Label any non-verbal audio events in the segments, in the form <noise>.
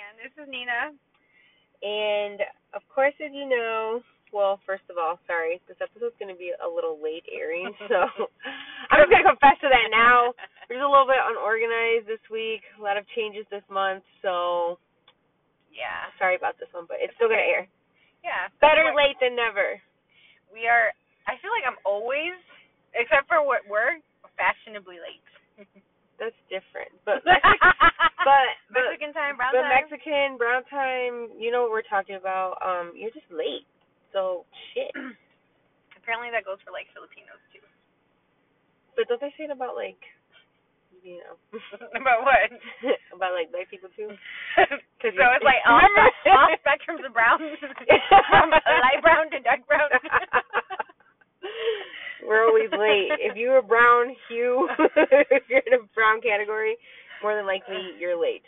And this is <laughs> Nina. And of course, as you know, well, first of all, sorry, this episode's going to be a little late airing, so <laughs> I'm just going to confess to that now. We're just a little bit unorganized this week, a lot of changes this month, so Yeah. sorry about this one, but it's still going to air. Yeah. Better We're- late than never. We are. I feel like I'm always, except for what we're fashionably late. <laughs> That's different. <laughs> But Mexican, but, but, Mexican time, brown but time. Mexican, brown time, you know what we're talking about. Um, You're just late, so shit. Apparently that goes for like Filipinos too. <laughs> But don't they say it about, like, you know, <laughs> but what? about, like, black people, too? so it's like all, Remember? all spectrums of <laughs> brown, <laughs> from light brown to dark brown. <laughs> We're always late. If you were brown hue, <laughs> if you're in a brown category, more than likely you're late.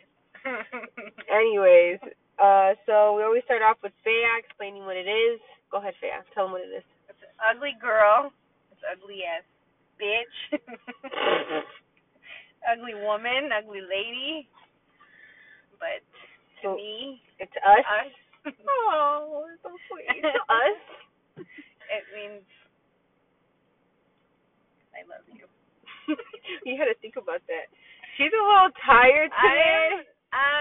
Anyways, uh, so we always start off with Faya explaining what it is. Go ahead, Faya. Tell them what it is. It's an ugly girl. It's ugly ass bitch. <laughs> ugly woman. Ugly lady. But to So me, it's us. us. Oh, it's so sweet. <laughs> It's us. It means I love you. You had to think about that. She's a little tired I today. I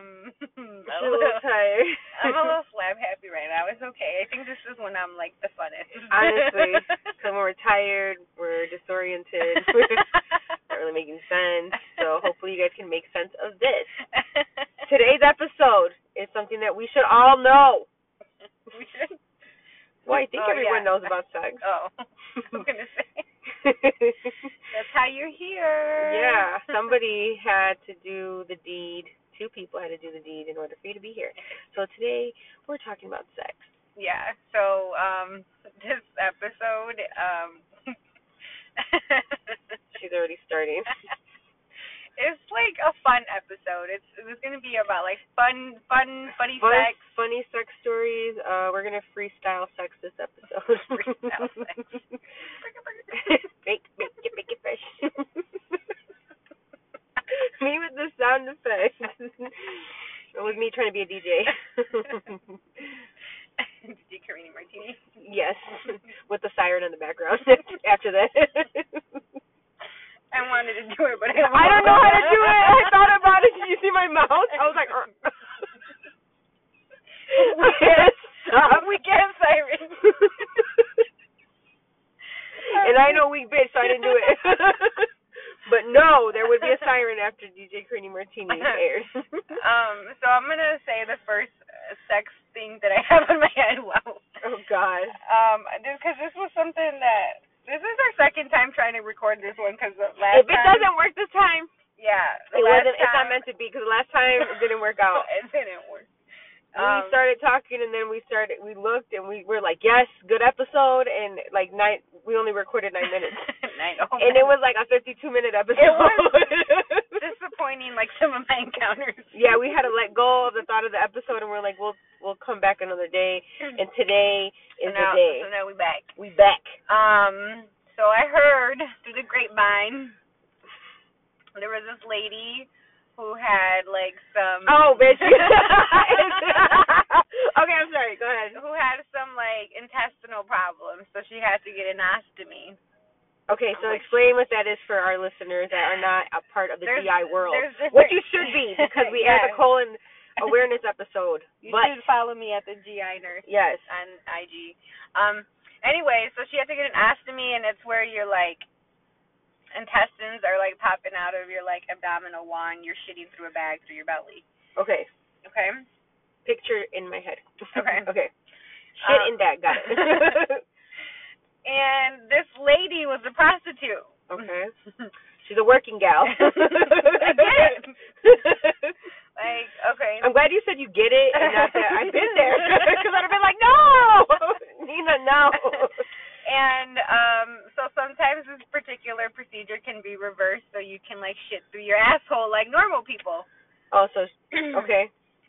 am. <laughs> She's A a little little, tired. I'm a <laughs> little slab happy right now. It's okay. I think this is when I'm like the funnest. <laughs> Honestly, So when we're tired, we're disoriented, <laughs> <laughs> we're not really making sense. So hopefully you guys can make sense of this. Today's episode is something that we should all know. we should. Well, I think Oh, everyone yeah. knows about sex. Oh, I'm gonna say that's how you're here. <laughs> yeah, somebody had to do the deed. Two people had to do the deed in order for you to be here. So today we're talking about sex. yeah. So um, <laughs> this episode um. <laughs> She's already starting. It's like a fun episode. It's it was gonna be about like fun, fun, funny Fun- sex. <laughs> funny sex stories. Uh, we're gonna freestyle sex this <laughs> episode. Freestyle <laughs> make, make it, make it fresh. <laughs> me with the sound effects. <laughs> it was me trying to be a <laughs> DJ. DJ Carini Martini. <laughs> yes, with the siren in the background. <laughs> After that, I wanted to do it, but I, I don't know how to do <laughs> it. I thought about it. Did you see my <laughs> mouth? I was like, I can't stop. we can't siren. <laughs> <laughs> and I know weak bitch, so I didn't do it. <laughs> but no, there would be a siren after DJ Creamy Martini <laughs> aired. Um, so I'm gonna say the first uh, sex thing that I have on my head. Wow. oh God. Um, because this was something that this is our second time trying to record this one because the last If it time. doesn't work this time, Yeah. the it last wasn't. It's not time- meant to be because last time it didn't work <laughs> out. it didn't work. Um, we started talking and then we started. We looked and we were like, yes, good episode. And like nine, we only recorded nine minutes, nine, <laughs> oh, and it was like a 52 minute episode. <laughs> disappointing, like some of my encounters. <laughs> yeah, we had to let go of the thought of the episode, and we're like, we'll we'll come back another day. And today so is now, the day so now we back. we back. Um, so I heard through the grapevine there was this lady who had like some Oh, <laughs> bitch. <laughs> okay, I'm sorry. Go ahead. who had some like intestinal problems, so she had to get an ostomy. Okay, so explain what that is for our listeners that are not a part of the There's- GI world. there's different- What you should <laughs> be, because we aired Yes. the colon awareness episode. <laughs> You but should follow me at the GI nurse. yes, on IG. Um. Anyway, so she had to get an ostomy, and it's where your like intestines are like popping out of your like abdominal wall, and you're shitting through a bag through your belly. okay. Okay. Picture in my head. Okay. <laughs> okay. Shit Uh, in bag. <laughs> Got it. And this lady was a <laughs> prostitute. <laughs> okay. She's a working gal. <laughs> I get it. Like, okay. <laughs> I'm glad you said you get it and not that I've been there <laughs> because I'd have been like, no, <laughs> Nina, <laughs> no. And um, so sometimes this particular procedure can be reversed, so you can like shit through your <laughs> asshole like normal people. Oh, so <clears throat> okay.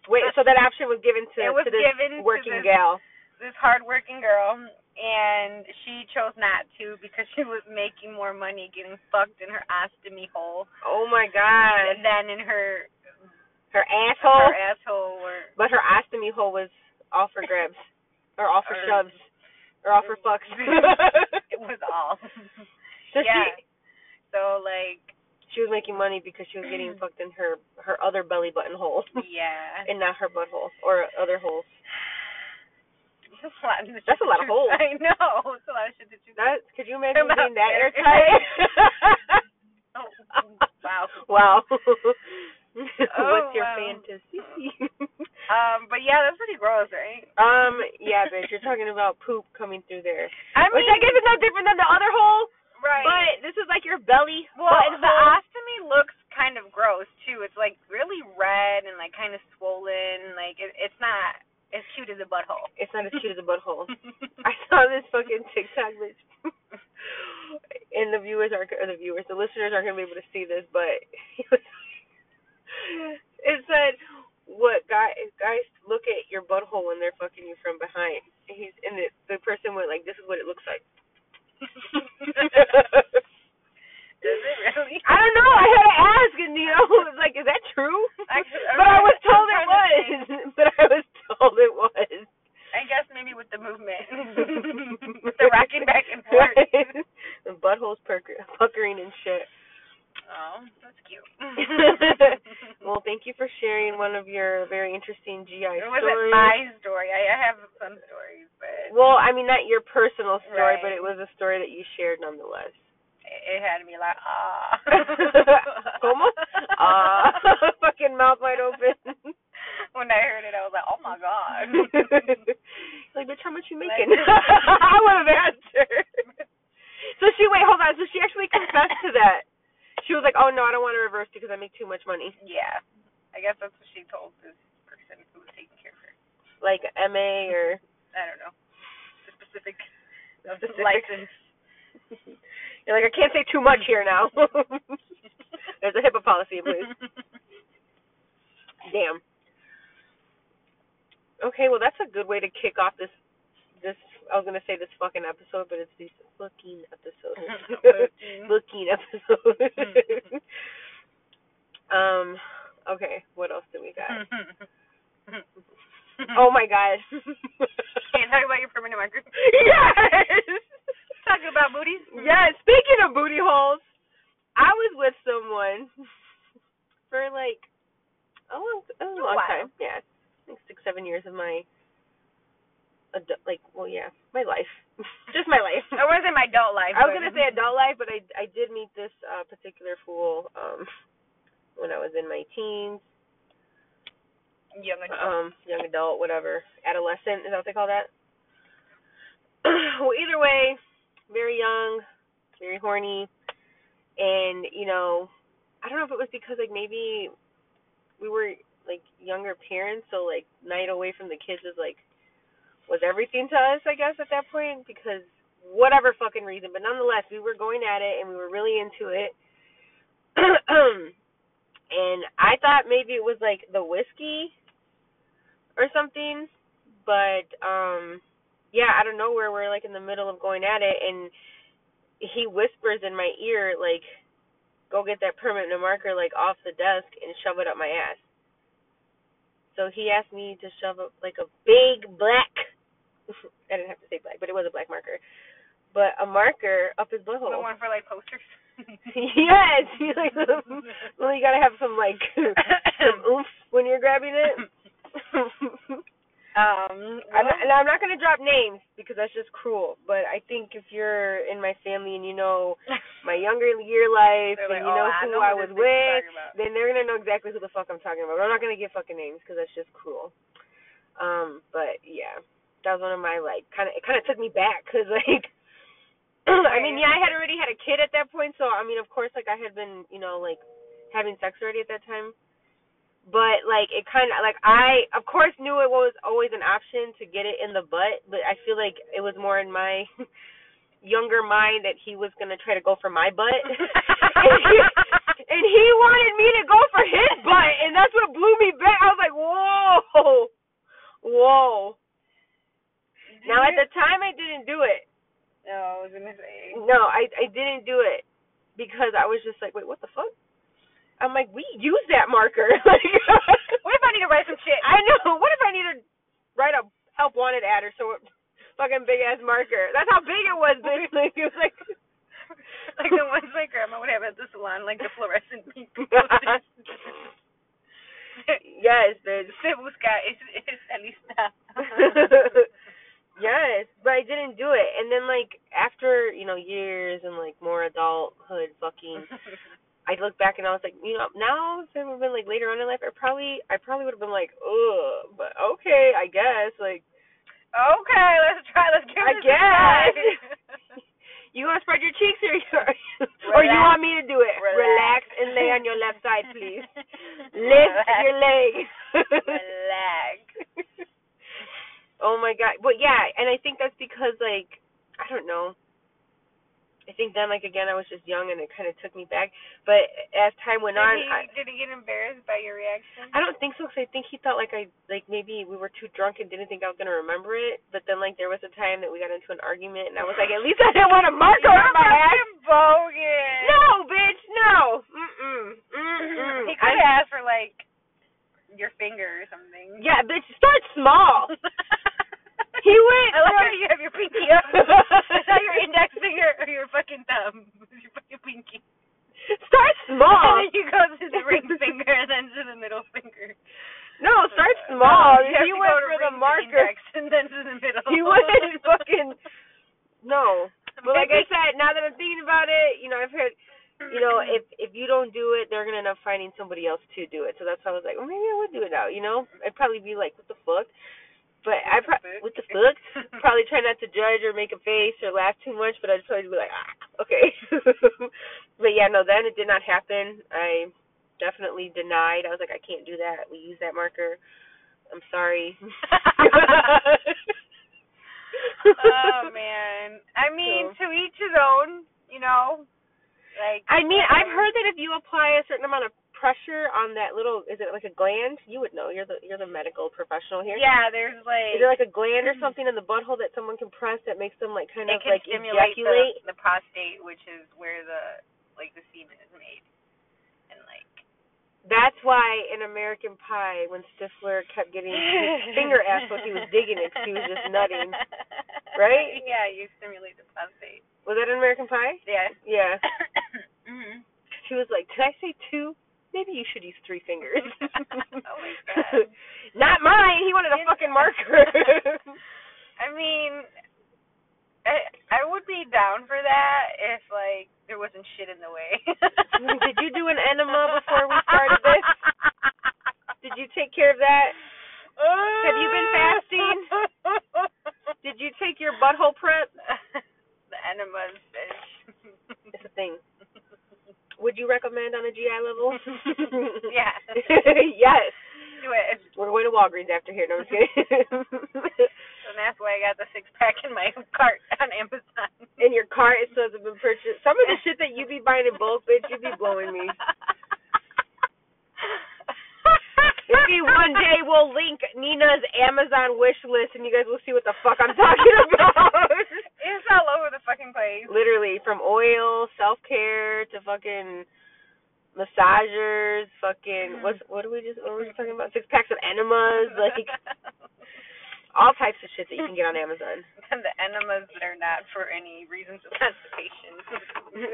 Wait, so that option was given to, It was to this given to working this- gal. this hardworking girl, and she chose not to because she was making more money getting fucked in her ostomy hole Oh my god. than in her her asshole. Her asshole or But her ostomy hole was all for grabs, or all for Or- shoves, <laughs> or all for fucks. it was all. <laughs> so yeah. she So like she was making money because she was <clears throat> getting fucked in her her other belly button hole, <laughs> yeah. and not her butthole or other holes. <sighs> That's a lot. Of shit That's a lot to of holes. choose- <laughs> I know. It's a lot of shit to choose. That could you imagine About being that there. <laughs> airtight? Oh, wow. wow. <laughs> Oh, What's your wow. fantasy? <laughs> Um, but yeah, that's pretty gross, right? um, yeah, bitch, you're talking about poop coming through there. I mean, Which I guess is no different than the other hole, right. but this is like your belly well, button the hole. ostomy looks kind of gross too. It's like really red and like kind of swollen. Like it, it's not as cute as a <laughs> butthole. It's not as cute as a butthole. I saw this fucking TikTok bitch. <laughs> and the viewers are or the viewers, the listeners aren't gonna be able to see this, but <laughs> it, was, it said, "What guy guys look at your butthole when they're fucking you from behind?" And he's and the, the person went like, "This is what it looks like." Does it really? I don't know. I had to ask, and you know, <laughs> it was like, "Is that true?" I- but I was I'm told it trying to think. was. <laughs> But I was told it was. I guess maybe with the movement, <laughs> with the rocking back and <laughs> forth. the butthole's pucker- puckering and <laughs> shit. Oh, that's <laughs> cute. well, thank you for sharing one of your very interesting it GI wasn't stories. my story. I, I have some stories, but well, I mean, not your personal story, Right. but it was a story that you <laughs> shared nonetheless. <laughs> it, it had me like, ah. <laughs> Como? Uh, <laughs> fucking mouth wide open. when I heard it, I was like, oh my god. <laughs> like, bitch, how much you making? <laughs> Like- I would have answered. So she wait, hold on. So she actually confessed to that. She was like, "Oh no, I don't want to reverse because I make too much money." yeah, I guess that's what she told this person who was taking care of her. Like MA or I don't know the specific Specific. license. you're like, I can't say too much here now. <laughs> There's a HIPAA policy, please. Damn. Okay, well that's a good way to kick off this. This I was gonna say this fucking episode, but it's this fucking <laughs> episode. looking episode. <laughs> um, okay, what else do we Hmm, got? Oh my god. Can't talk about your permanent marker. <laughs> yes. Talk about booties. Yes. Speaking of booty holes, I was with someone <laughs> for like a long, a long while. time. Yeah, like six, seven years of my, adult, like, well, yeah, my life, <laughs> just my <laughs> life. I was in my adult life. I was but- gonna say adult life, but I I did meet this uh particular fool um when I was in my teens, young adult. um, young adult, whatever, adolescent, is that what they call that? <clears throat> well, either way, very young, very horny, and you know, I don't know if it was because like maybe we were like younger parents, so like night away from the kids is like was everything to us, I guess, at that point because whatever fucking reason, but nonetheless, we were going at it and we were really into it. <clears throat> and I thought maybe it was like the whiskey or something, but um yeah, I don't know where we're like in the middle of going at it and he whispers in my ear like go get that permanent marker like off the desk and shove it up my ass. So he asked me to shove up like a big black <laughs> I didn't have to say black, but it was a black marker. But a marker up his butthole. the one for like <laughs> posters. yes. He's like <laughs> well you gotta have some like <coughs> <coughs> some oomph when you're grabbing it. um, I'm well, not, and I'm not going to drop names because that's just cruel. But I think if you're in my family and you know <laughs> my younger year life they're and like, you oh, know I who know I who was this bitch is with, talking about. then they're going to know exactly who the fuck I'm talking about. But I'm not going to give fucking names because that's just cruel. Um, but yeah, that was one of my like kind of it kind of took me back because like <clears throat> I mean yeah I had already had a kid at that point so I mean of course like I had been you know like having sex already at that time but like it kind of like I of course knew it was always an option to get it in the butt, but I feel like it was more in my <laughs> younger mind that he was gonna try to go for my butt, <laughs> and, he, and he wanted me to go for his butt, and that's what blew me back. I was like, whoa, whoa. Now <laughs> at the time I didn't do it. No, Oh, I was gonna say. No, I I didn't do it because I was just <laughs> like, <laughs> wait, what the fuck? I'm like, we use that marker. Like, buy some shit. <laughs> I know. What if I need to write a help wanted ad or so fucking big ass marker? That's how big it was, bitch. <laughs> Like it was like <laughs> like the ones my grandma would have at the salon, like the fluorescent <laughs> pink. Yes, bitch. <laughs> Se busca, es, es la lista. yes. But I didn't do it. And then like after, you know, years and like more adulthood fucking I look back and I was like, you know, now if it would have been like later on in life, I probably I probably would have been like, ugh, but okay, I guess. Like okay, let's try. Let's give I this guess. a <laughs> try. you want to spread your cheeks or you, <laughs> or you want me to do it? Relax. Relax and lay on your left side, please. <laughs> Lift your legs. Relax. oh my god. But yeah, and I think that's because like I don't know. I think then like again I was just young and it kind of took me back, but as time went Did on, he, I, did he get embarrassed by your reaction? I don't think so because I think he thought like I like maybe we were too drunk and didn't think I was gonna remember it. But then like there was a time that we got into an argument and I was like, at least <laughs> I didn't want a marker on my You're ass. fucking bogus. No, bitch, no. Mm mm mm. He could have asked for like your finger or something. Yeah, bitch, start small. He went. <laughs> I like how <laughs> from- you have your pinky up. <laughs> I saw your index finger or your fucking thumb. <laughs> Your fucking pinky. Start small. And then <laughs> you go to <laughs> the ring finger and then to the middle finger. No, start small. You have Oh, he to went go to for the ring marker. index and then to the middle. He <laughs> <laughs> wasn't fucking. No. But like I Maybe- said, now that I'm thinking about it, you know, I've heard you know, if if you don't do it, they're gonna end up finding somebody else to do it. So that's why I was like, well, maybe I would do it now. You know, I'd probably be like, what the fuck? But I pro- with the fuck, <laughs> probably try not to judge or make a face or laugh too much. But I'd probably be like, ah, okay. <laughs> but yeah, no, then it did not happen. I definitely denied. I was like, I can't do that. We use that marker. I'm <laughs> sorry. <laughs> oh Um, man. <laughs> I mean, to each his own. You know, like um, I mean, I've heard that if you apply a certain amount of pressure on that little, is it like a gland? You would know. You're the you're the medical professional here. Yeah, there's Is like there like a gland or something in the butthole that someone can press that makes them like kind it of can like stimulate ejaculate? the, the prostate, which is where the like the semen is made, and like That's why in American Pie, when Stifler kept <laughs> getting his finger ass what he was digging, it, she was just nutting. right? Yeah, you stimulate the prostate. Was that in American Pie? Yeah. <coughs> Yeah. mm-hmm. She was like, "Did I say two? Maybe you should use three fingers." <laughs> oh my god. <laughs> Not mine. He wanted a Yeah. fucking marker. <laughs> I mean, I I would be down for that if like there wasn't shit in the way. <laughs> Did you do an enema before we started this? Did you take care of that? Have you been fasting? Did you take your butthole prep? <laughs> the enemas, bitch. It's a thing. Would you recommend on a GI level? yeah. <laughs> yes. Do it. We're going to Walgreens after here. No, I'm just kidding. <laughs> And that's why I got the six pack in my <laughs> cart on Amazon. in your cart, it says it's been purchased. Some of the shit that you be buying in bulk, bitch, you be blowing <laughs> me. Maybe one day we'll link Nina's Amazon wish list, and you guys will see what the fuck I'm <laughs> talking about. It's all over the fucking place. literally from oil, self care to fucking massagers, fucking what's what do we just what were we talking about? Six packs of enemas, like all types of shit that you can get on Amazon. <laughs> and the enemas that are not for any reasons of <laughs> constipation.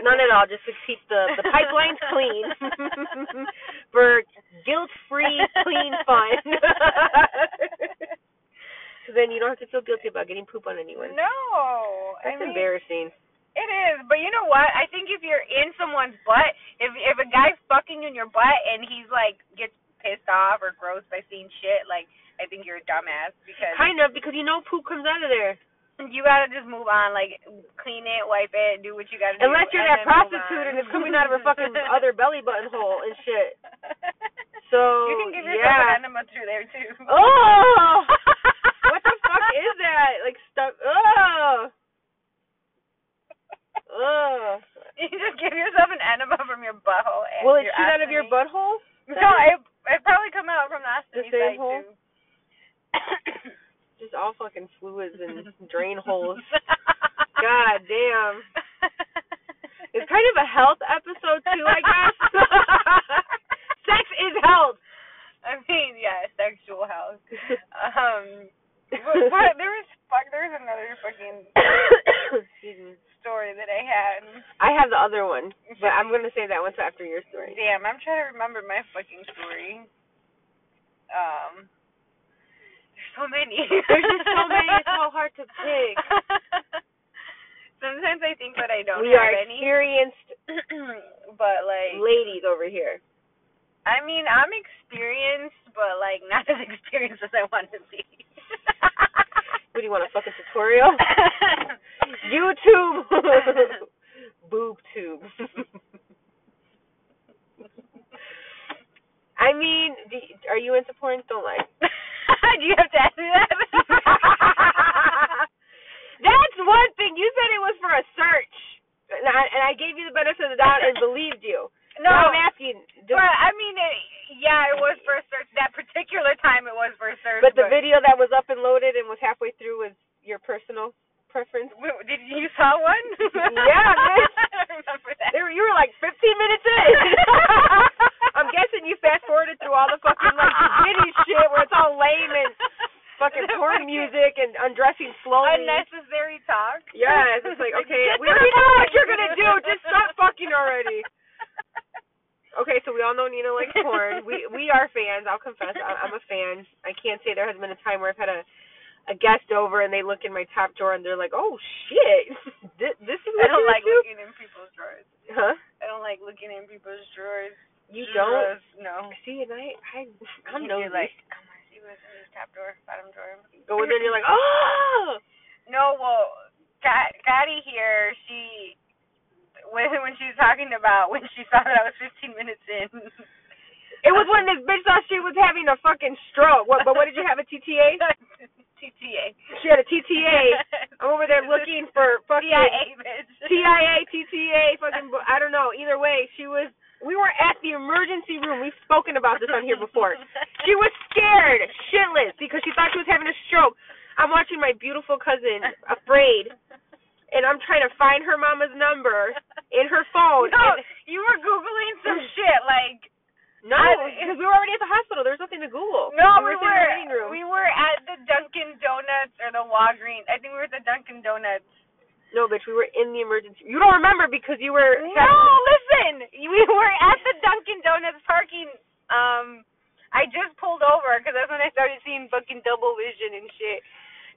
None at all, just to keep the the pipelines <laughs> clean for guilt free <laughs> clean fun. <laughs> so then you don't have to feel guilty about getting poop on anyone. No, I That's mean embarrassing. it is. But you know what? I think if you're in someone's butt, if if a guy's fucking in your butt and he's like gets pissed off or grossed by seeing shit, like I think you're a dumbass because Kind of because you know poop comes out of there. you gotta just move on. Like clean it, wipe it, do what you gotta do. Unless you're and that then move prostitute on. and it's coming out of her <laughs> fucking other belly button hole and shit. So You can give yourself yeah. <laughs> an enema through there <laughs> too. Oh, what the fuck is that? Like stuff. Oh, oh. You just give yourself an enema from your butthole. and Will it your shoot out of your ostomy. butthole? No, it it probably come out from the The ostomy side same hole? <coughs> too. Just all fucking fluids and drain holes. <laughs> God damn. It's kind of a health episode <laughs> too, I guess. Sex is health. I mean, yeah, sex <laughs> What? There was fuck. There was another fucking Excuse me. story that I had. I have the other one, but I'm gonna save that one till after your story. Damn, I'm trying to remember my fucking story. Um, there's so many. There's just so many. It's so hard to pick. <laughs> Sometimes I think that I don't we have are any, experienced <clears throat> but like, ladies over here. I mean, I'm experienced, but like not as experienced as I want to <laughs> be. <laughs> What do you want a fucking tutorial? YouTube, <laughs> boob tube. I mean, do, are you into porn? Don't lie. <laughs> Do you have to ask me that? That's one thing. You said it was for a search, and I, and I gave you the benefit of the doubt <laughs> and believed you. <laughs> no, Now I'm asking. do- but I mean, it, yeah, it was for a search. That particular time, it was for a search. but the video that was up and loaded and was halfway through was your personal preference. Wait, did you saw one? <laughs> Yeah, bitch. I remember that. There, you were like 15 minutes in. <laughs> <laughs> I'm guessing you fast forwarded through all the fucking like Diddy shit where it's all lame and <laughs> fucking The fucking porn music and undressing slowly. unnecessary talk. Yes, it's like, <laughs> okay, Get we to the already know what point. you're gonna do. Just stop fucking already. Okay, so we all know Nina likes porn. We we are fans. I'll confess, I, I'm a fan. I can't say there has been a time where I've had a a guest over and they look in my top drawer and they're like, oh shit, this, this is <laughs> I what don't you like do? looking in people's drawers. Huh? I don't like looking in people's drawers. You Mm-hmm. don't. drawers, No. See, and I, I, I'm You- You're nosy. like, I want to see what's in this top drawer, bottom drawer. go in there and you're like, oh, No, well, Got Gotti here, she when when she was talking about when she saw that I was 15 minutes in. <laughs> it was when this bitch thought she was having a fucking stroke. What? But what did you have a TTA? TTA. She had a <laughs> TTA. I'm over there looking for fucking CIA, bitch. TIA, TTA, fucking. bu- I don't know. Either way, she was. We were at the emergency room. We've spoken about this on here before. She was scared, shitless, because she thought she was having a stroke. I'm watching my beautiful cousin afraid, and I'm trying to find her mama's number in her phone. No, and- you were googling some shit like No, I- because we were already at the hospital. There was nothing to Google. no, we were were sitting in the waiting room. we were at the Dunkin' Donuts or the Walgreens. I think we were at the Dunkin' Donuts. no, bitch, we were in the emergency. You don't remember because you were. No, listen. We were at the Dunkin' Donuts parking. Um, I just pulled over because that's when I started seeing fucking double vision and shit.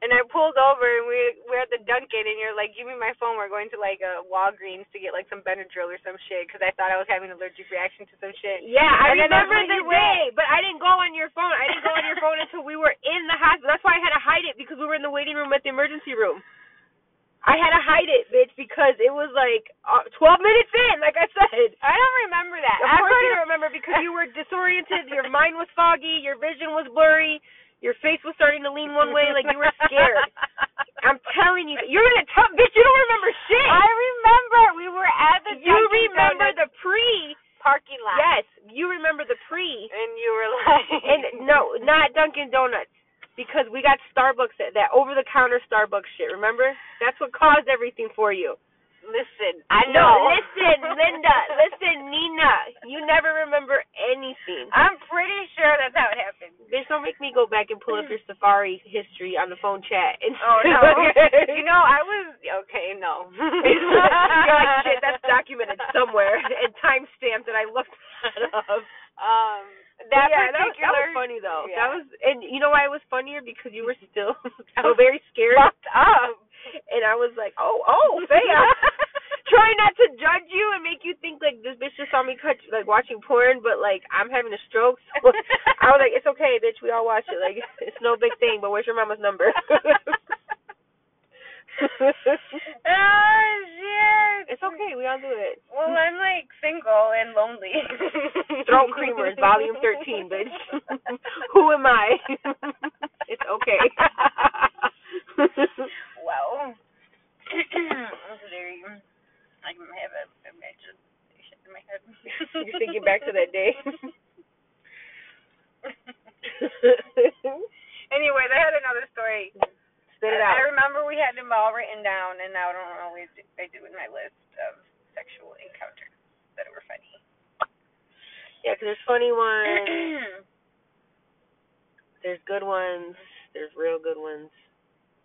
And I pulled over and we we're at the Dunkin' and you're like, give me my phone. We're going to like a Walgreens to get like some Benadryl or some shit because I thought I was having an allergic reaction to some shit. Yeah, I And then that's remember when the you went. day, but I didn't go on your phone. I didn't go on your phone <laughs> until we were in the hospital. That's why I had to hide it because we were in the waiting room at the emergency room. I had to hide it, bitch, because it was like uh, 12 minutes in, like I <laughs> said. I don't remember that. Of I course thought you it- don't remember because you were disoriented, your mind was foggy, your vision was blurry, your face was starting to lean one way, like you <laughs> were scared. I'm telling you, you're in a tough bitch. You don't remember shit. I remember we were at the you Dunkin' remember Donuts the pre. parking lot. Yes, you remember the pre. And you were like, <laughs> And no, not Dunkin' Donuts because we got Starbucks at that over-the-counter Starbucks shit. Remember? That's what caused everything for you. Listen, I No, know. <laughs> listen, Linda. Listen, Nina. You never remember anything. I'm pretty sure that's how it happened. Bitch, don't make me go back and pull up your Safari history on the phone chat. And Oh <laughs> <laughs> no. you know, I was okay, no. <laughs> You're like, shit, that's documented somewhere <laughs> and timestamped that I looked that up. <laughs> Um that yeah, that was, that particular was funny though. yeah. That was, and you know why it was funnier because you were still <laughs> so very scared, fucked <laughs> up. and I was like, oh, oh, <laughs> Thea. Trying not to judge you and make you think like this bitch just saw me cut, like watching porn, but like I'm having a stroke. <laughs> So I was like, it's okay, bitch. We all watch it. Like it's no big thing. But where's your mama's number? <laughs> oh shit. it's okay. We all do it. Well, I'm like single and lonely. <laughs> <laughs> Throat Creamers, Volume 13, bitch. <laughs> Who am I? <laughs> it's okay. <laughs> <clears throat> Wow. That's very I have a imagination in my head. You're thinking <laughs> back to that day. <laughs> Anyways, I had another story. Spit it I- I out. remember we had them all written down, and now I don't know what I do with my list of sexual encounters that were <laughs> funny. <clears throat> Yeah, 'cause there's funny ones, <laughs> there's good ones, there's real good ones.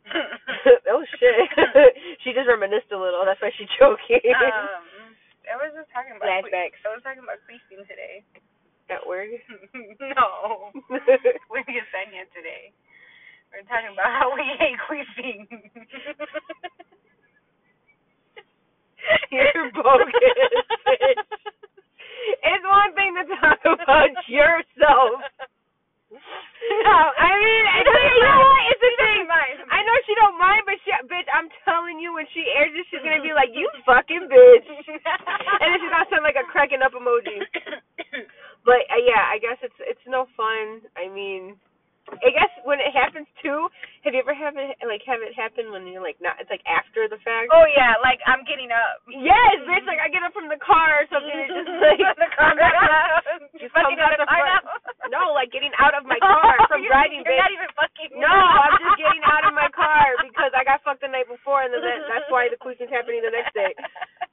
Um, oh shit. <laughs> she just reminisced a little. That's why she joking. um, I was just talking about Flashbacks. I was talking about Christine today. <laughs> At work. no, with Yesenia today. We're talking about how we hate <laughs> queefing. <laughs> <laughs> You're bogus, bitch. it's one thing to talk about yourself. No, I mean, <laughs> Oh, It's okay, you know what? It's a thing. Mine. I know she don't mind, but she, bitch, I'm telling you, when she airs this, she's gonna be like, <laughs> "You fucking bitch," and then she's gonna send like a cracking up emoji. But uh, yeah, I guess it's it's no fun. I mean, I guess when it happens too, have you ever have it like have it happen when you're like not? It's like after the <coughs> fact. oh uh, yeah, like I'm getting up. Yes, bitch! Like I get up from the car or something. It's <laughs> just <laughs> like the car. I'm not gonna- you just fucking comes out in the the car front. now? no, like getting out of my car No, from <laughs> you're- driving, You're not bitch. even fucking. No, I'm <laughs> just getting out of my car because I got fucked the night before, and then that, that's why the queefing's happening the next day.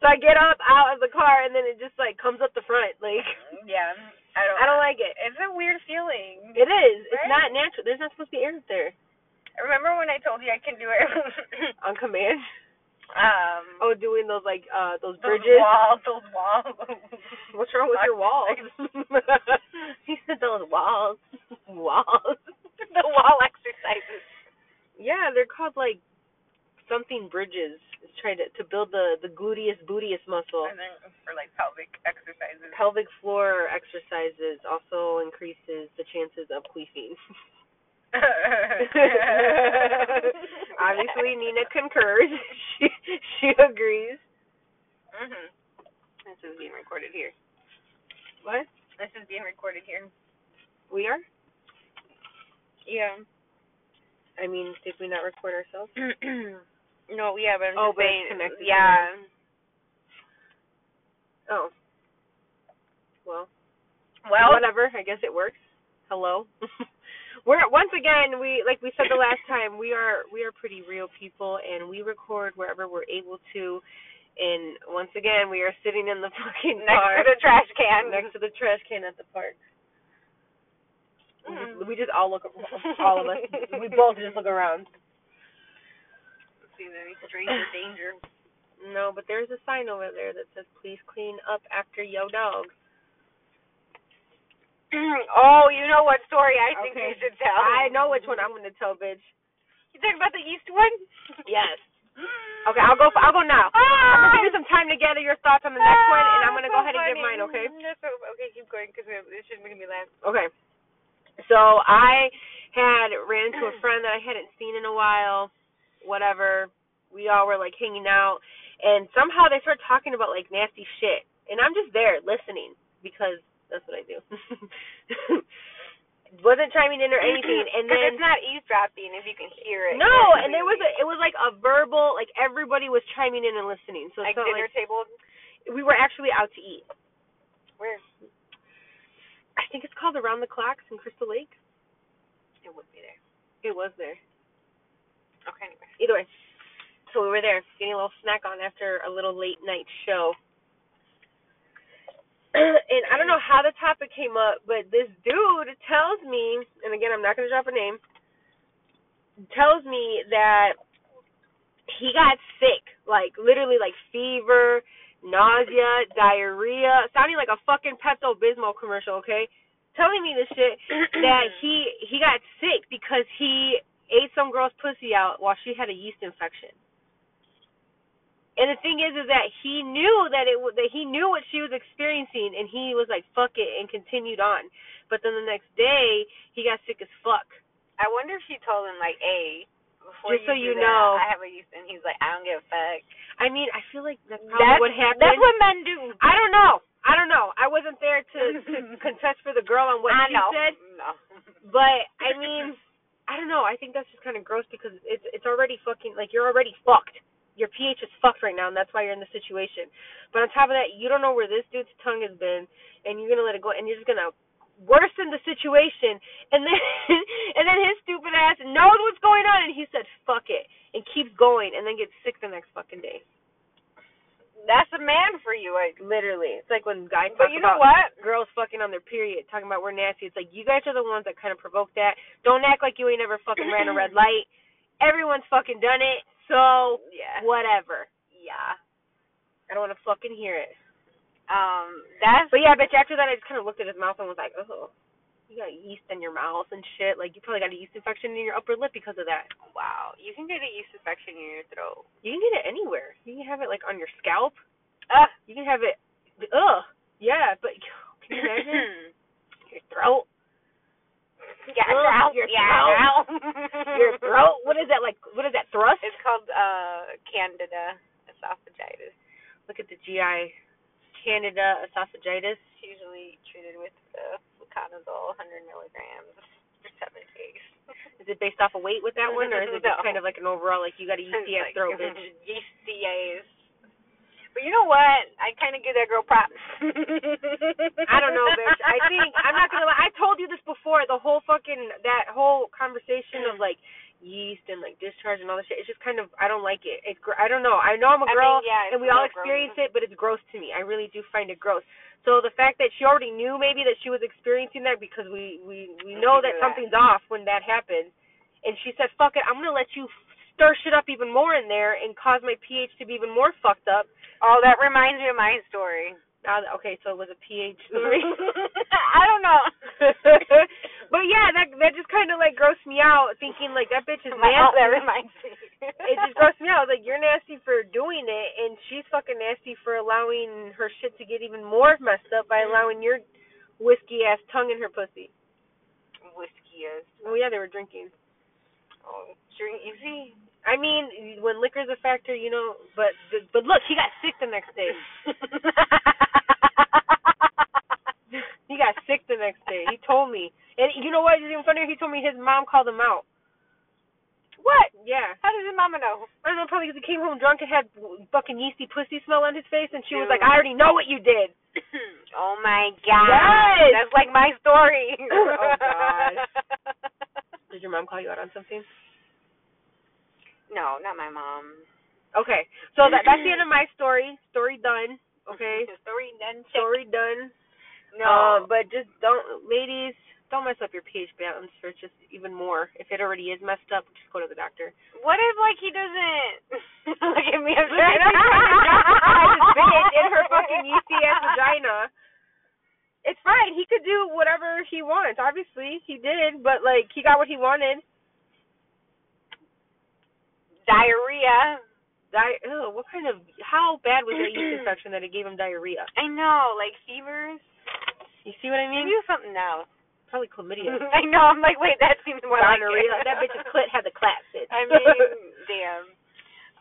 So I get up out of the car, and then it just like comes up the front. Like <laughs> <laughs> Yeah, I don't. I don't like it. It's a weird feeling. It is. It's Right? not natural. There's not supposed to be air up there Remember when I told you I can do it? <laughs> on command. um, Oh, doing those like uh those those bridges. walls, those walls. <laughs> <laughs> What's wrong with your walls? <laughs> he said those walls, <laughs> walls. the wall exercises. Yeah, they're called like something bridges. It's trying to to build the the gluteus bootius muscle. And then for like pelvic exercises. Pelvic floor exercises also increases the chances of <laughs> queefing. <laughs> <laughs> Obviously, Nina concurs. She she agrees. hmm Mm-hmm. This is being recorded here. What? This is being recorded here. We are? <clears throat> Yeah. I mean, did we not record ourselves? no, yeah, but I'm just Oh, but it's saying. connected to yeah. Oh. Well. Well, <laughs> whatever. I guess it works. Hello. <laughs> We're once again we like we said the last time we are we are pretty real people and we record wherever we're able to. And once again we are sitting in the <laughs> fucking next car to the trash can. next to the trash can at the park. We Mm. just, we just all <laughs> look all of us we both just look around. See the <laughs> stranger danger. No, but there's a sign over there that says please clean up after yo dog. <clears throat> oh, you know what story I think Okay. you should tell. I know which one I'm going to tell, bitch. You talking about the east one? Yes. Okay, I'll go. I'll go now. I'm Ah! gonna give you some time to gather your thoughts on the next one, and I'm gonna go ahead and give mine. Okay. That's Ah, so, okay, keep going because this should make me laugh. Okay. So I had ran into a friend that I hadn't seen in a while. Whatever. We all were like hanging out, and somehow they started talking about like nasty shit, and I'm just there listening because that's what I do. <laughs> Wasn't chiming in or <clears throat> anything, and Because then it's not eavesdropping if you can hear it. no, and there was a, it was like a verbal like everybody was chiming in and listening. So like it's not dinner like table. we were actually out to eat. Where I think it's called Around the Clocks in Crystal Lake. it would be there. It was there. Okay, anyway. <clears throat> Either way. So we were there getting a little snack on after a little late night show. <clears throat> and I don't know how the topic came up, but this dude tells me, and again, I'm not going to drop a name, tells me that he got sick, like literally like fever, nausea, diarrhea, sounding like a fucking Pepto Bismol commercial, okay? Telling me this shit that he he got sick because he ate some girl's pussy out while she had a yeast infection. And the thing is, is that he knew that it wa- that he knew what she was experiencing, and he was like, "Fuck it," and continued on. But then the next day, he got sick as fuck. I wonder if she told him like, "Hey, before Just so you, you do that, know. I have a yeast," and he's like, "I don't give a fuck." I mean, I feel like that's probably That's what happened. That's what men do. I don't know. I don't know. I wasn't there <laughs> to, to contest for the girl on what I she know. said, No. but I mean, I don't know. I think that's just kind of gross because it's it's already fucking like you're already fucked. Your pH is fucked right now, and that's why you're in the situation. But on top of that, you don't know where this dude's tongue has been, and you're gonna let it go, and you're just gonna worsen the situation. And then <laughs> and then his stupid ass knows what's going on, and he said fuck it and keeps going, and then gets sick the next fucking day. That's a man for you. I, Literally, it's like when guys but talk you know about what? girls fucking on their period, talking about we're nasty. It's like you guys are the ones that kind of provoke that. Don't act like you ain't ever fucking ran a red light. Everyone's fucking done it, so Yeah. whatever. Yeah. I don't want to fucking hear it. Um, that's But yeah, bitch. After that, I just kind of looked at his mouth and was like, oh, you got yeast in your mouth and shit. Like you probably got a yeast infection in your upper lip because of that. wow. You can get a yeast infection in your throat. You can get it anywhere. You can have it like on your scalp. Ugh. You can have it. Ugh. Yeah, but can you imagine <laughs> your throat? <laughs> yeah, <laughs> Ugh, throat. your yeah, throat. throat. Your throat? What is that like? What is that thrust? <laughs> It's called uh candida esophagitis. Look at the GI. Candida esophagitis. It's usually treated with uh, fluconazole, 100 milligrams for seven days. Is it based off of weight with that one, or is it just No. kind of like an overall like you <laughs> got a yeasty ass Like, throat, bitch? Yeasty ass. But you know what? I kind of give that girl props. <laughs> I don't know, bitch. <laughs> I think I'm not gonna lie. I told you this before. The whole fucking that whole conversation of like yeast and like discharge and all this shit. It's just kind of I don't like it. It's gr- I don't know. I know I'm a I girl. mean, yeah, it's and we a all little gross. experience it, but it's gross to me. I really do find it gross. So the fact that she already knew maybe that she was experiencing that because we we we know Figure that that. something's off when that happens, and she said, "Fuck it, I'm gonna let you stir shit up even more in there and cause my pH to be even more fucked up." Oh, that reminds me of my <laughs> story. Now, that- okay, so it was a pH <laughs> story. <laughs> I don't know. but yeah, that that just kind of like grossed me out, thinking like that bitch is My- oh, that nasty. reminds me. It just grossed me out. I was Like you're nasty for doing it, and she's fucking nasty for allowing her shit to get even more messed up by allowing your whiskey ass tongue in her pussy. <laughs> whiskey is. Oh yeah, they were drinking. Oh, drink <laughs> easy. <laughs> I mean, when liquor's a factor, you know. But but look, he got sick the next day. <laughs> He got sick the next day. He told me, and you know what is even funnier? He told me his mom called him out. what? Yeah. How does your mama know? I don't know, probably because he came home drunk and had fucking yeasty pussy smell on his face, and she was Dude. like, "I already know what you did." <coughs> oh my god. Yes! That's like my story. <laughs> Oh, God. Did your mom call you out on something? <laughs> No, not my mom. Okay, so that that's the end of <clears throat> my story. Story done. <laughs> Okay, Story done. Check. story done. No. Uh, but just don't, ladies, don't mess up your pH balance for just even more. If it already is messed up, just go to the <laughs> doctor. what if like he doesn't <laughs> look at me? I'm Look at <laughs> me trying to justify this bitch in her fucking yeasty ass vagina. It's fine. He could do whatever he wants. Obviously, he did, but like he got what he wanted. Diarrhea. Di- ugh, what kind of how bad was that <clears throat> yeast infection that it gave him diarrhea? I know, like fevers. You see what I mean? Maybe it's something else. Probably <laughs> chlamydia. <laughs> I know. I'm like, wait, that seems more like Gonorrhea. it. that bitch's clit had the clap. Bitch. <laughs> I mean, damn.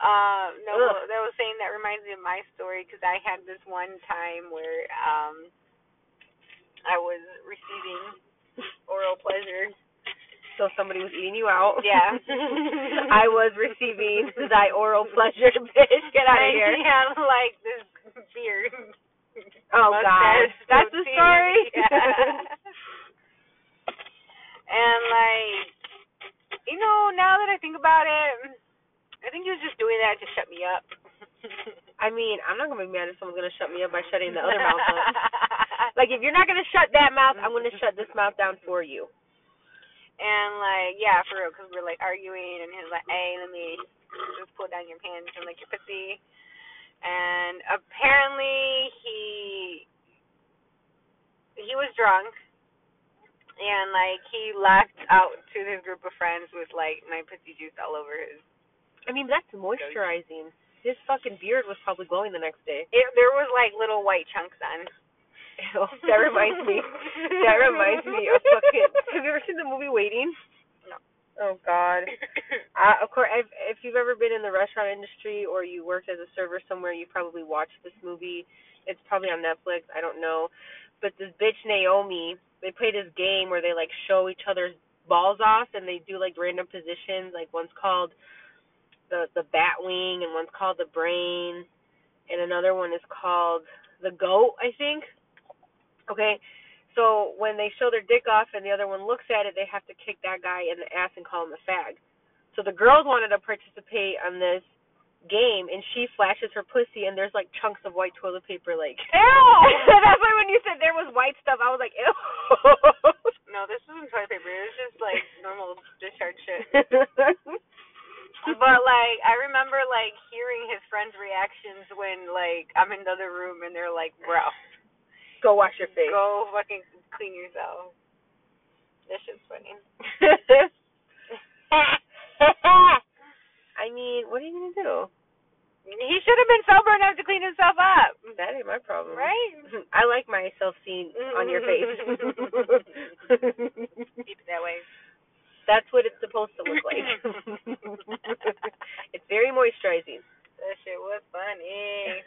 Uh, no, Ugh. that was saying that reminds me of my story because I had this one time where um I was receiving oral pleasure. so somebody was eating you out. Yeah. <laughs> I was receiving thy oral <laughs> pleasure, bitch. Get out of And here. He had like this beard. Oh God, mustache that's the goatee. story. <laughs> <laughs> Yeah. and like, you know, now that I think about it, I think he was just doing that to shut me up. I mean, I'm not gonna be mad if someone's gonna shut me up by shutting the other mouth up. <laughs> Like if you're not gonna shut that mouth, I'm gonna shut this mouth down for you. And like, yeah, for real, 'cause we're like arguing, and he was like, "Hey, let me just pull down your pants and like your pussy." And apparently he he was drunk, and like he lacked out to his group of friends with like my pussy juice all over his. I mean, that's moisturizing. His fucking beard was probably glowing the next day. <laughs> It, there was like little white chunks on. <laughs> Ew, that reminds me. <laughs> That reminds me of fucking. <laughs> Have you ever seen the movie Waiting? No. Oh God. Uh, of course, I've, if you've ever been in the restaurant industry or you worked as a server somewhere, you probably watched this movie. It's probably on Netflix. I don't know, but this bitch Naomi, they play this game where they like show each other's balls off and they do like random positions. Like one's called the the bat wing and one's called the brain, and another one is called the goat, I think. Okay. So when they show their dick off and the other one looks at it, they have to kick that guy in the ass and call him a fag. So the girls wanted to participate on this game, and she flashes her pussy, and there's like chunks of white toilet paper. Like, Ew. <laughs> <laughs> that's why when you said there was white stuff, I was like, ew. No, this wasn't toilet paper. It was just like normal discharge shit. like I remember like hearing his friends' reactions when like I'm in the other room and they're like, "Bro, <laughs> Go wash your face. go fucking clean yourself." That shit's funny. <laughs> I mean, what are you gonna he should have been sober enough to clean himself up, do? That ain't my problem. right? <laughs> I like myself seen on your face. Keep it that way. <laughs> That's what it's supposed to look like. <laughs> it's very <laughs> moisturizing. That shit was funny.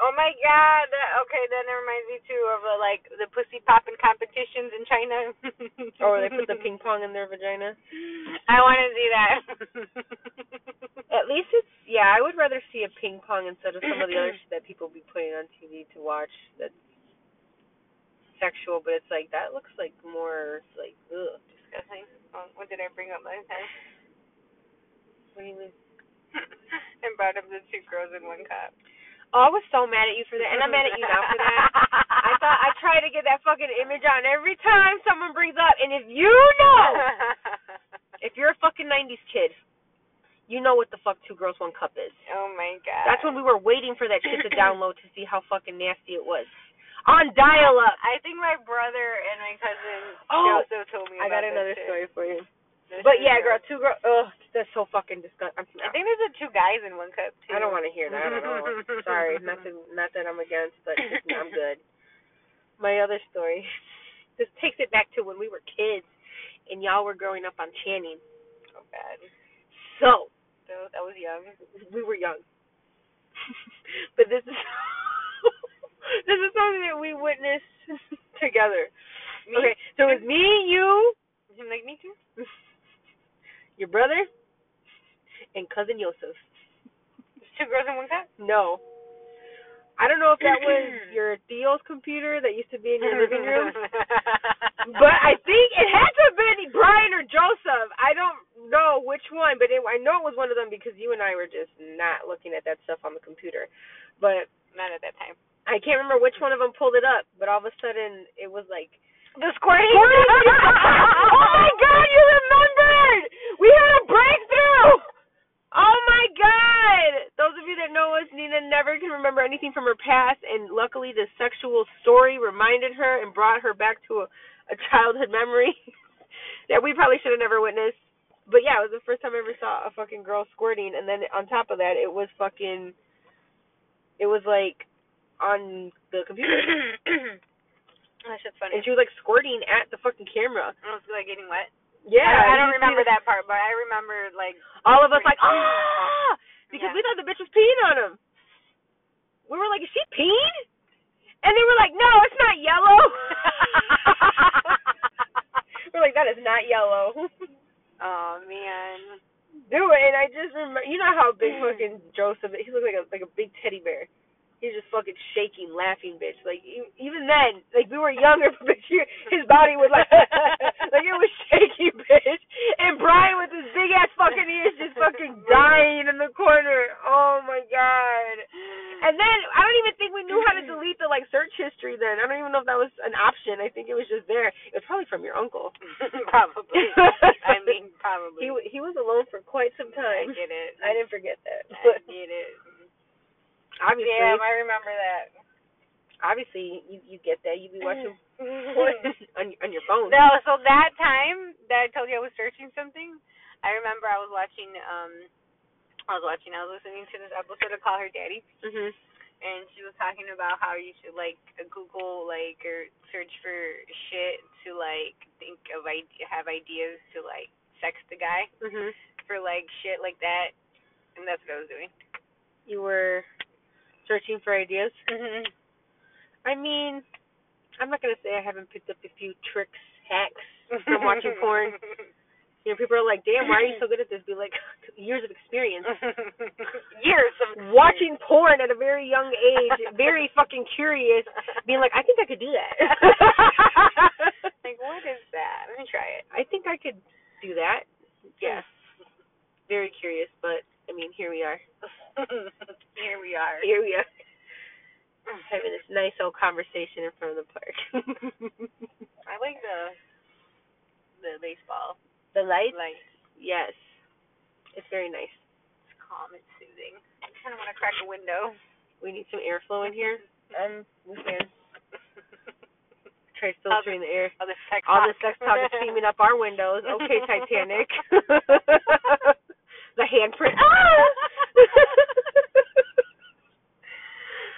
Oh my god. That, okay, then it reminds me too of uh, like the pussy popping competitions in China. or Oh, they put the ping pong in their vagina. <laughs> I want to see that. <laughs> At least it's yeah. I would rather see a ping pong instead of some of the other shit that people be putting on TV to watch. That's sexual, but it's like that looks like more like ugh. Disgusting. Oh, what did I bring up last time? What do you mean? <laughs> and brought up the two girls in one cup. Oh, I was so mad at you for that, and I'm mad at you now for that. I thought I try to get that fucking image on every time someone brings up, and if you know, if you're a fucking '90s kid, you know what the fuck two girls one cup is. <laughs> oh my god. That's when we were waiting for that shit to download to see how fucking nasty it was on dial up. I think my brother and my cousin Oh, also told me. I about got that another shit. story for you. Those But two yeah, girl, girls. two girl. Ugh, that's so fucking disgusting. I'm, I think there's a two guys in one cup too. I don't want to hear that at all. <laughs> Sorry, nothing. Not that I'm against, but just- I'm good. My other story. This takes it back to when we were kids, and y'all were growing up on Channing. Oh god. So So I was young. we were young. <laughs> but this is <laughs> this is something that we witnessed <laughs> together. Me? Okay, so it was me, you, I'm like me too. your brother, and cousin Yosef. There's two girls in one cup. No. I don't know if that was your Theo's computer that used to be <laughs> in your living <laughs> room, but I think it had to have been Brian or Joseph. I don't know which one, but it, I know it was one of them because you and I were just not looking at that stuff on the computer. But not at that time. I can't remember which one of them pulled it up, but all of a sudden it was like The squirting. oh my god, you remembered! We had a breakthrough! Oh my god! Those of you that know us, Nina never can remember anything from her past, and luckily this sexual story reminded her and brought her back to a, a childhood memory <laughs> that we probably should have never witnessed. But yeah, it was the first time I ever saw a fucking girl squirting, and then on top of that, it was fucking. It was like on the <clears throat> computer. <coughs> that shit's funny. And she was like squirting at the fucking camera. I was like getting wet. Yeah, I, I don't you see remember the- <laughs> that part, but I remember like All of us like, Right. ah, because Yeah. we <laughs> thought the bitch was peeing on him. We were like, is she peeing? And they were like, no, it's not <laughs> yellow. we're like, that is not yellow. <laughs> oh man. Dude, and I just remember, you know how big fucking Joseph, he looked like a like a big teddy bear. He was just fucking shaking, laughing, bitch. Like e- even then, like we were younger, <laughs> but bitch, you- his body was like <laughs> like it was shaky, <laughs> bitch. And Brian with his big ass fucking ears just <laughs> fucking dying in the corner. Oh my god. And then I don't even think we knew how <laughs> to delete the like search history. Then I don't even know if that was an option. I think it was just there. It was probably from your uncle. <laughs> probably. <laughs> I mean He probably. w- he was alone for quite some I time. get it. I didn't forget that. I <laughs> But get it. obviously, Damn, I remember <laughs> that. obviously, you you get that. You be <laughs> watching porn on on your <laughs> phone. No, so that time that I told you I was searching something, I remember I was watching um I was watching, I was listening to this episode of Call Her Daddy hmm and she was talking about how you should like Google like or search for shit to like think of ide- have ideas to like sex the guy hmm for like shit like that. And that's what I was <laughs> doing. You were searching for ideas. Mhm. I mean, I'm not gonna say I haven't picked up a few tricks, hacks from watching <laughs> porn. You know, people are like, "Damn, why are you so good at this?" Be like, <laughs> years of experience. Years of Watching porn at a very young age, very fucking curious, being like, I think I could do that. <laughs> <laughs> like what is that? Let me try it. I think I could do that. Yeah. Very curious, but I mean, here we are. Here we are. Here we are <sighs> having this nice old conversation in front of the park. <laughs> I like the the baseball the lights, like yes, it's very nice. kind of want to crack a window. We need some airflow in here. Um, we can. Try filtering the air. All this sex All talk. this sex talk is <laughs> steaming up our windows. <laughs> Okay, Titanic. the <laughs> handprint. Ah!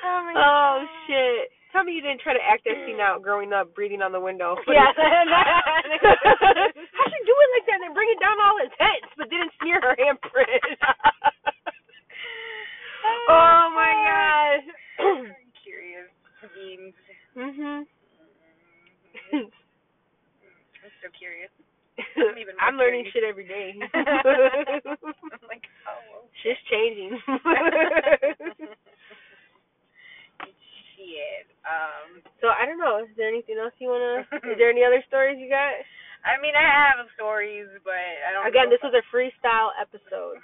oh my oh God. shit! Tell me you didn't try to act that scene out growing up, breathing on the <laughs> window. Yeah. How'd she do it like that and then bring it down all intense, but didn't smear her handprint? <laughs> oh my god. <clears throat> I'm curious beans. mhm. I'm so curious. <laughs> even more I'm learning curious. shit every <laughs> day. I'm like, oh Shit's <laughs> changing. <laughs> shit. Um, so I don't know. Is there anything else you wanna? Is there any other stories you got? I mean, I have stories, but I don't. Again, know this was a freestyle episode.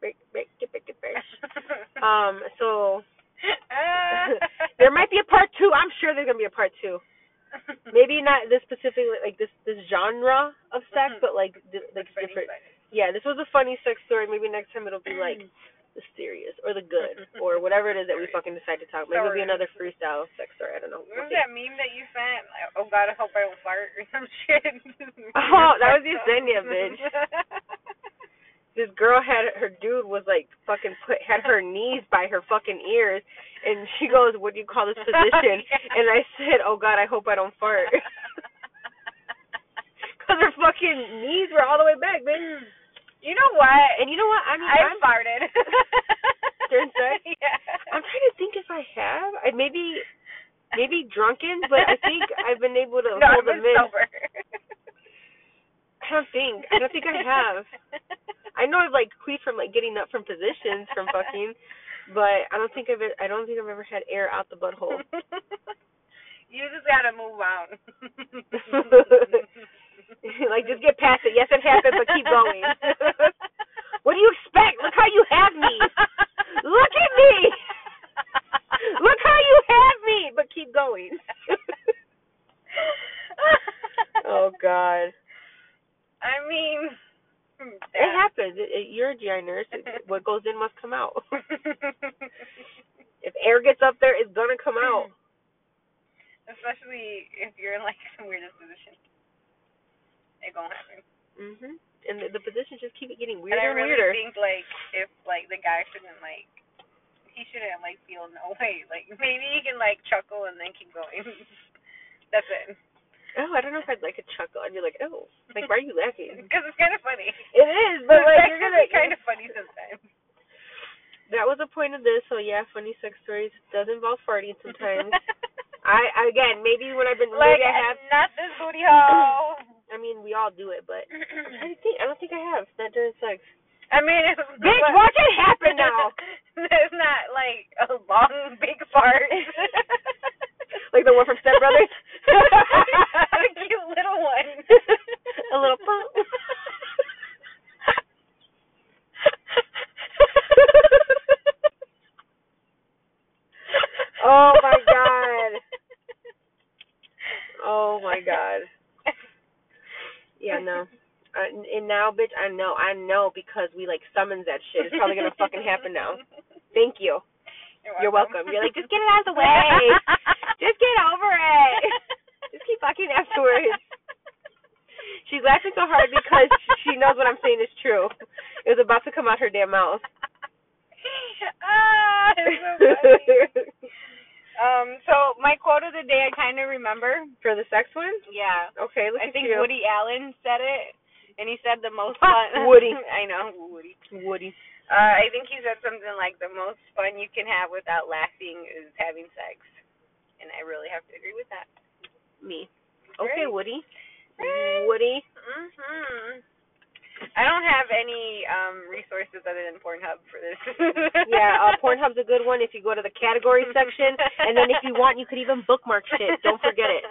Break, break, get, break, get, break. Um, so there might be a part two. I'm sure there's gonna be a part two. Maybe not this specific, like this this genre of Mhm. sex, but like di- like different. <laughs> Yeah, this was a funny sex story. <laughs> Maybe next time it'll be like Mm. the serious or the good or whatever it is that we fucking decide to talk. Maybe it'll be Sorry. another freestyle sex story. I don't know. We'll Remember see. that meme that you sent? Like, oh God, I hope I don't fart or some <laughs> shit. <laughs> Oh, that <laughs> was Yesenia, bitch. bitch. This girl had her dude was like fucking put had her knees by her fucking ears, and she goes, "What do you call this position?" And I said, "Oh God, I hope I don't fart." <laughs> Cause her fucking knees were all the way back, bitch. you know what? And you know what? I mean, I I'm, farted. <laughs> During sex? <laughs> Yeah. I'm trying to think if I have. I maybe maybe drunken, but I think I've been able no, to I've hold them been in. sober. I don't think. I don't think I have. I know I've like queefed from like getting up from positions from fucking, but I don't think I've e, I don't think I've ever had air out the butthole. <laughs> you just gotta move <laughs> on. like just get past it. Yes, it happened, but keep <laughs> <laughs> going. what do you expect? Look how you have <laughs> me. Look at me. Look how you have me, but keep going. oh God. I mean, It happens. It, it, you're a GI nurse. It, <laughs> what goes in must come out. If air gets up there, it's gonna come out. <laughs> Especially if you're in like some weirdest position. It gonna happen. Mhm. And the, the positions just keep getting and I weirder and really weirder. think like if like the guy shouldn't like he shouldn't like feel no <laughs> way. Like maybe he can like chuckle and then keep going. <laughs> That's it. Oh, I don't know if I'd like a chuckle. I'd be like, oh, like why are you laughing? Because it's kind of funny. <laughs> It is, but like sex you're can gonna. be kind of funny sometimes. That was the point of this. So yeah, funny sex stories does involve farting <laughs> sometimes. I, I again, maybe when I've been <laughs> like maybe I have. not this booty <coughs> hole. I mean, we all do it, but I'm trying to think. I don't think I have. Not during sex. I mean, it's, Bitch, but- <laughs> watch it happen now. It's not like a long big <laughs> fart. <laughs> Like the one from Step <laughs> Brothers. a cute little one. a <laughs> little pump. oh my god. Oh my god. Yeah, no. Uh, and now, bitch, I know, I know because we like summons that shit. It's probably gonna fucking happen <laughs> now. Thank you. You're welcome. <laughs> You're like, just get it out of the way. <laughs> just get over <laughs> it. Just keep fucking afterwards. She's laughing so hard because she knows what I'm saying is true. It was about to come out her damn <laughs> mouth. <laughs> ah, <laughs> it's so funny. Um, so my quote of the day, I kind of remember. For the sex one? Yeah, Okay, look I at think you. Woody Allen said it, and he said the most fun. <laughs> Woody. I know Woody. Woody. Uh, I think he said something like the most fun you can have without laughing is having sex, and I really have to agree with that. Me. Great. Okay, Woody. Right. Woody. Mhm. I don't have any um resources other than Pornhub for this. <laughs> Yeah, uh, <laughs> Pornhub's a good one if you go to the category section, and then if you want, you could even bookmark shit. Don't forget it.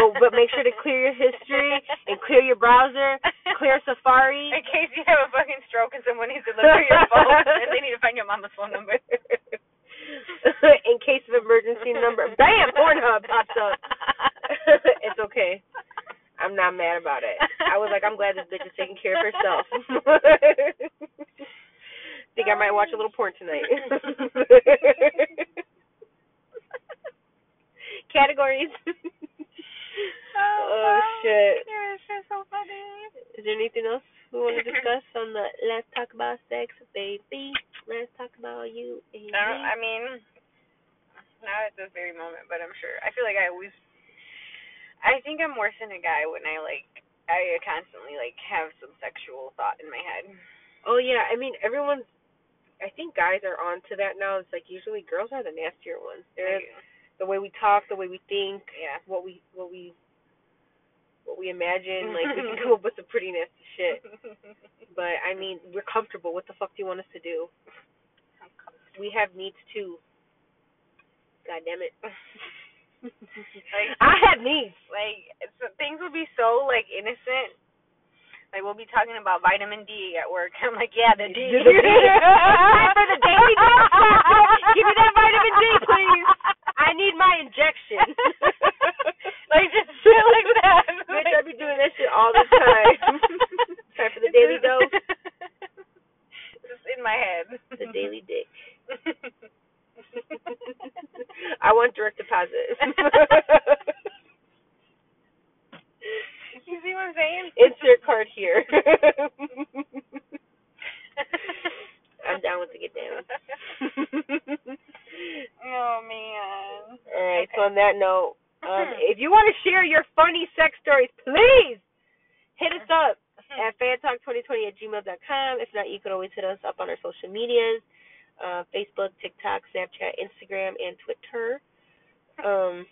But but make <laughs> sure to clear your history and clear your browser, clear <laughs> Safari. In case you have a fucking stroke and someone needs to look through your <laughs> phone, and they need to find your mama's phone number. in case of emergency number. Bam, Pornhub pops up. <laughs> it's okay. I'm not mad about <laughs> it. I was like, I'm glad this bitch is taking care of herself. <laughs> think I might watch a little porn tonight. <laughs> Categories. oh shit. It was just so funny. Is there anything else we want to discuss on the Let's Talk About Sex, baby? Let's talk about you and I don't. me. I mean, not at this very moment, but I'm sure. I feel like I always. I think I'm worse than a guy when I like. I constantly like have some sexual thought in my head. Oh yeah, I mean everyone's. I think guys are on to that now. It's like usually girls are the nastier ones. They're the way we talk, the way we think, Yeah. what we what we what we imagine. Like we can come up with some pretty nasty shit. But I mean, we're comfortable. What the fuck do you want us to do? We have needs too. God damn it. Like I have needs. like it's, things will be so like innocent. Like we'll be talking about vitamin D at work. <laughs> I'm like, yeah, the D. The D. <laughs> Time for the daily dose. Give me that vitamin D, please. I need my injection. <laughs> like just shit like that. <laughs> Bitch, I be doing that shit all the <laughs> time. time for the daily dose. Just in my head. The daily dick. I want direct deposit. <laughs> <laughs> you see what I'm <laughs> saying? Insert card here. I'm down with the get down. oh man. All right. So on that note, um, if you want to share your funny sex stories, please hit us up at fantalk2020 at gmail dot com. If not, you can always hit us up on our social medias uh, Facebook, TikTok, Snapchat, Instagram, and Twitter. Um,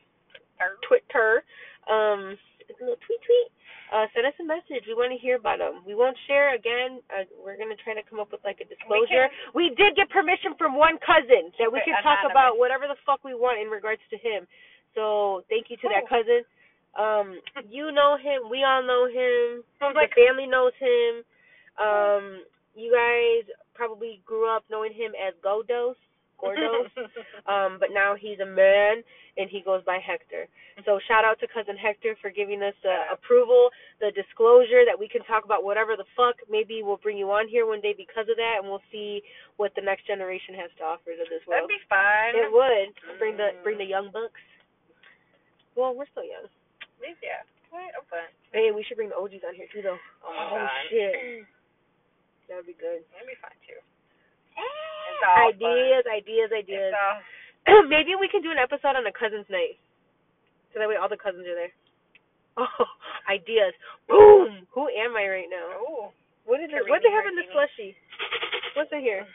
Twitter. Um, a little tweet tweet. Uh, send us a message. We want to hear about them. We won't share again. Uh, we're gonna try to come up with like a disclosure. We, did get permission from one cousin that we Right, can talk anonymous. about whatever the fuck we want in regards to him. So thank you to that Cool. cousin. <laughs> Um, you know him. We all know him. Sounds The like family knows him. Um, you guys probably grew up knowing him as Gordos. <laughs> Gordos. Um, but now he's a man and he goes by Hector. So shout out to cousin Hector for giving us the Yeah. approval, the disclosure that we can talk about whatever the fuck. Maybe we'll bring you on here one day because of that, and we'll see what the next generation has to offer to this That'd world. be fun. it would bring the bring the young bucks. Well, we're still young. Yeah. What? I'm fun. Hey, we should bring the OGs on here too, though. Oh, my Oh, God. shit. That'd be good. That'd be fun too. Eh, all fun. Ideas, ideas, ideas. It's all <clears throat> Maybe we can do an episode on a cousins night. So that way all the cousins are there. <laughs> Oh, ideas. Boom. Who am I right now? Oh, What did Tortellini what they have in the martini. slushy? What's in here?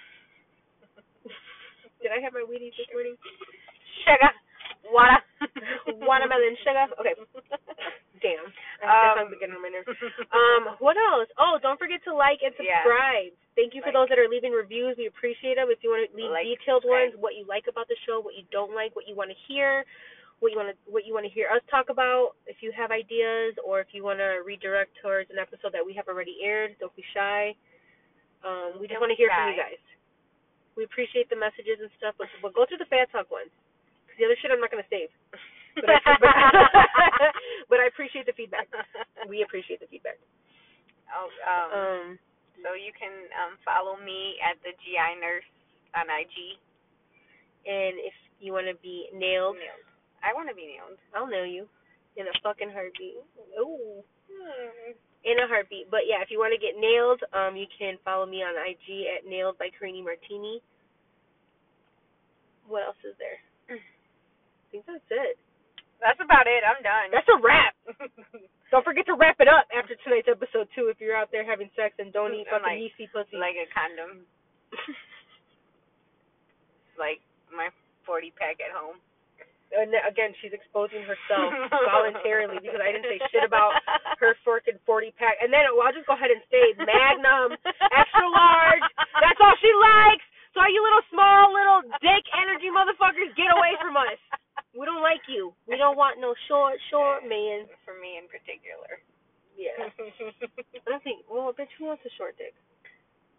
Did I have my Wheaties this morning? sugar, <laughs> <laughs> water, Watermelon sugar. Okay. Um, Damn. That sounds like getting on my nerves. Um, what else? Oh, don't forget to like and Yeah. subscribe. Thank you for Like. those that are leaving reviews. We appreciate them. If you want to leave Like, detailed subscribe. ones, what you like about the show, what you don't like, what you want to hear, what you want to what you want to hear us talk about. If you have ideas or if you want to redirect towards an episode that we have already aired, don't be shy. Um, we just Don't want to be hear from you shy. guys. We appreciate the messages and stuff, but, but go through the fan talk ones. 'Cause the other shit I'm not gonna save. <laughs> But I, but, but <laughs> I appreciate the feedback. We appreciate the feedback. <laughs> Oh, um, Um, so you can um, follow me at the GI Nurse on IG. and if you want to be nailed, Nailed. I want to be nailed. I'll know you in a fucking heartbeat. Ooh. Hmm. In a heartbeat. But yeah, if you want to get nailed, um, you can follow me on IG at nailed by Karini Martini. What else is there? Mm. I think that's it. That's about it. I'm done. That's a wrap. Don't forget to wrap it up after tonight's episode too. If you're out there having sex and don't eat I'm Mm, fucking like- yeasty <laughs> pussy. like a <laughs> condom. like my 40 pack at home. and then, again, she's exposing herself <laughs> voluntarily because I didn't say shit about her fork and 40 pack. And then well, I'll just go ahead and say Magnum, extra large. That's all she likes. So all you little small little dick energy motherfuckers, get away from us. We don't like you. We don't want no short, short man. For me in <laughs> particular. Yeah. I don't think. Well, bitch, who wants a short dick?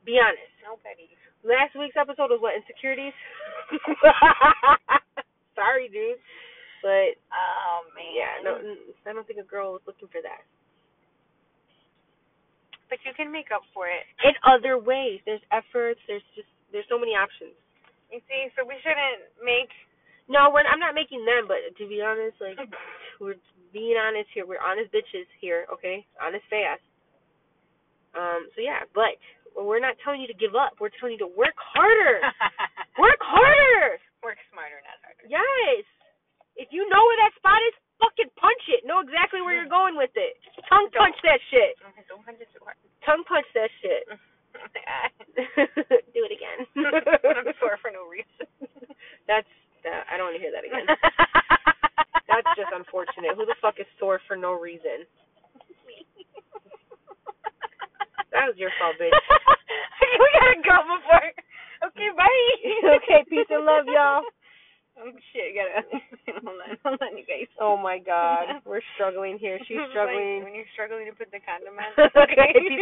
Be honest. Nobody. Last week's episode was what insecurities. <laughs> Sorry, dude. But Oh man. yeah, no, n- I don't think a girl was looking for that. But you can make up for it. in other ways. There's efforts. There's just There's so many options. You see, so we shouldn't <laughs> make. No, we're, I'm not making them, but to be honest, like we're being honest here. We're honest bitches here, okay? Honest fast. Um, so yeah, but we're not telling you to give up. We're telling you to work <laughs> harder. work harder. Work smarter, not harder. Yes. If you know where that spot is, fucking punch it. Know exactly where you're going with it. Tongue punch that shit. Okay, don't punch it too <laughs> hard. Tongue punch that shit. <laughs> Do it again. I'm sore for no reason. That's that, I don't want to hear that again. <laughs> That's just unfortunate. Who the fuck is sore for no reason? That was your <laughs> fault, bitch. <laughs> we gotta go before. Okay, bye. <laughs> Okay, peace and love, y'all. <laughs> Oh shit, gotta <laughs> hold on, hold on, you guys. Oh my god, we're struggling here. <laughs> She's Like, struggling. when you're struggling to put the condom on. <laughs> <laughs> Okay, peace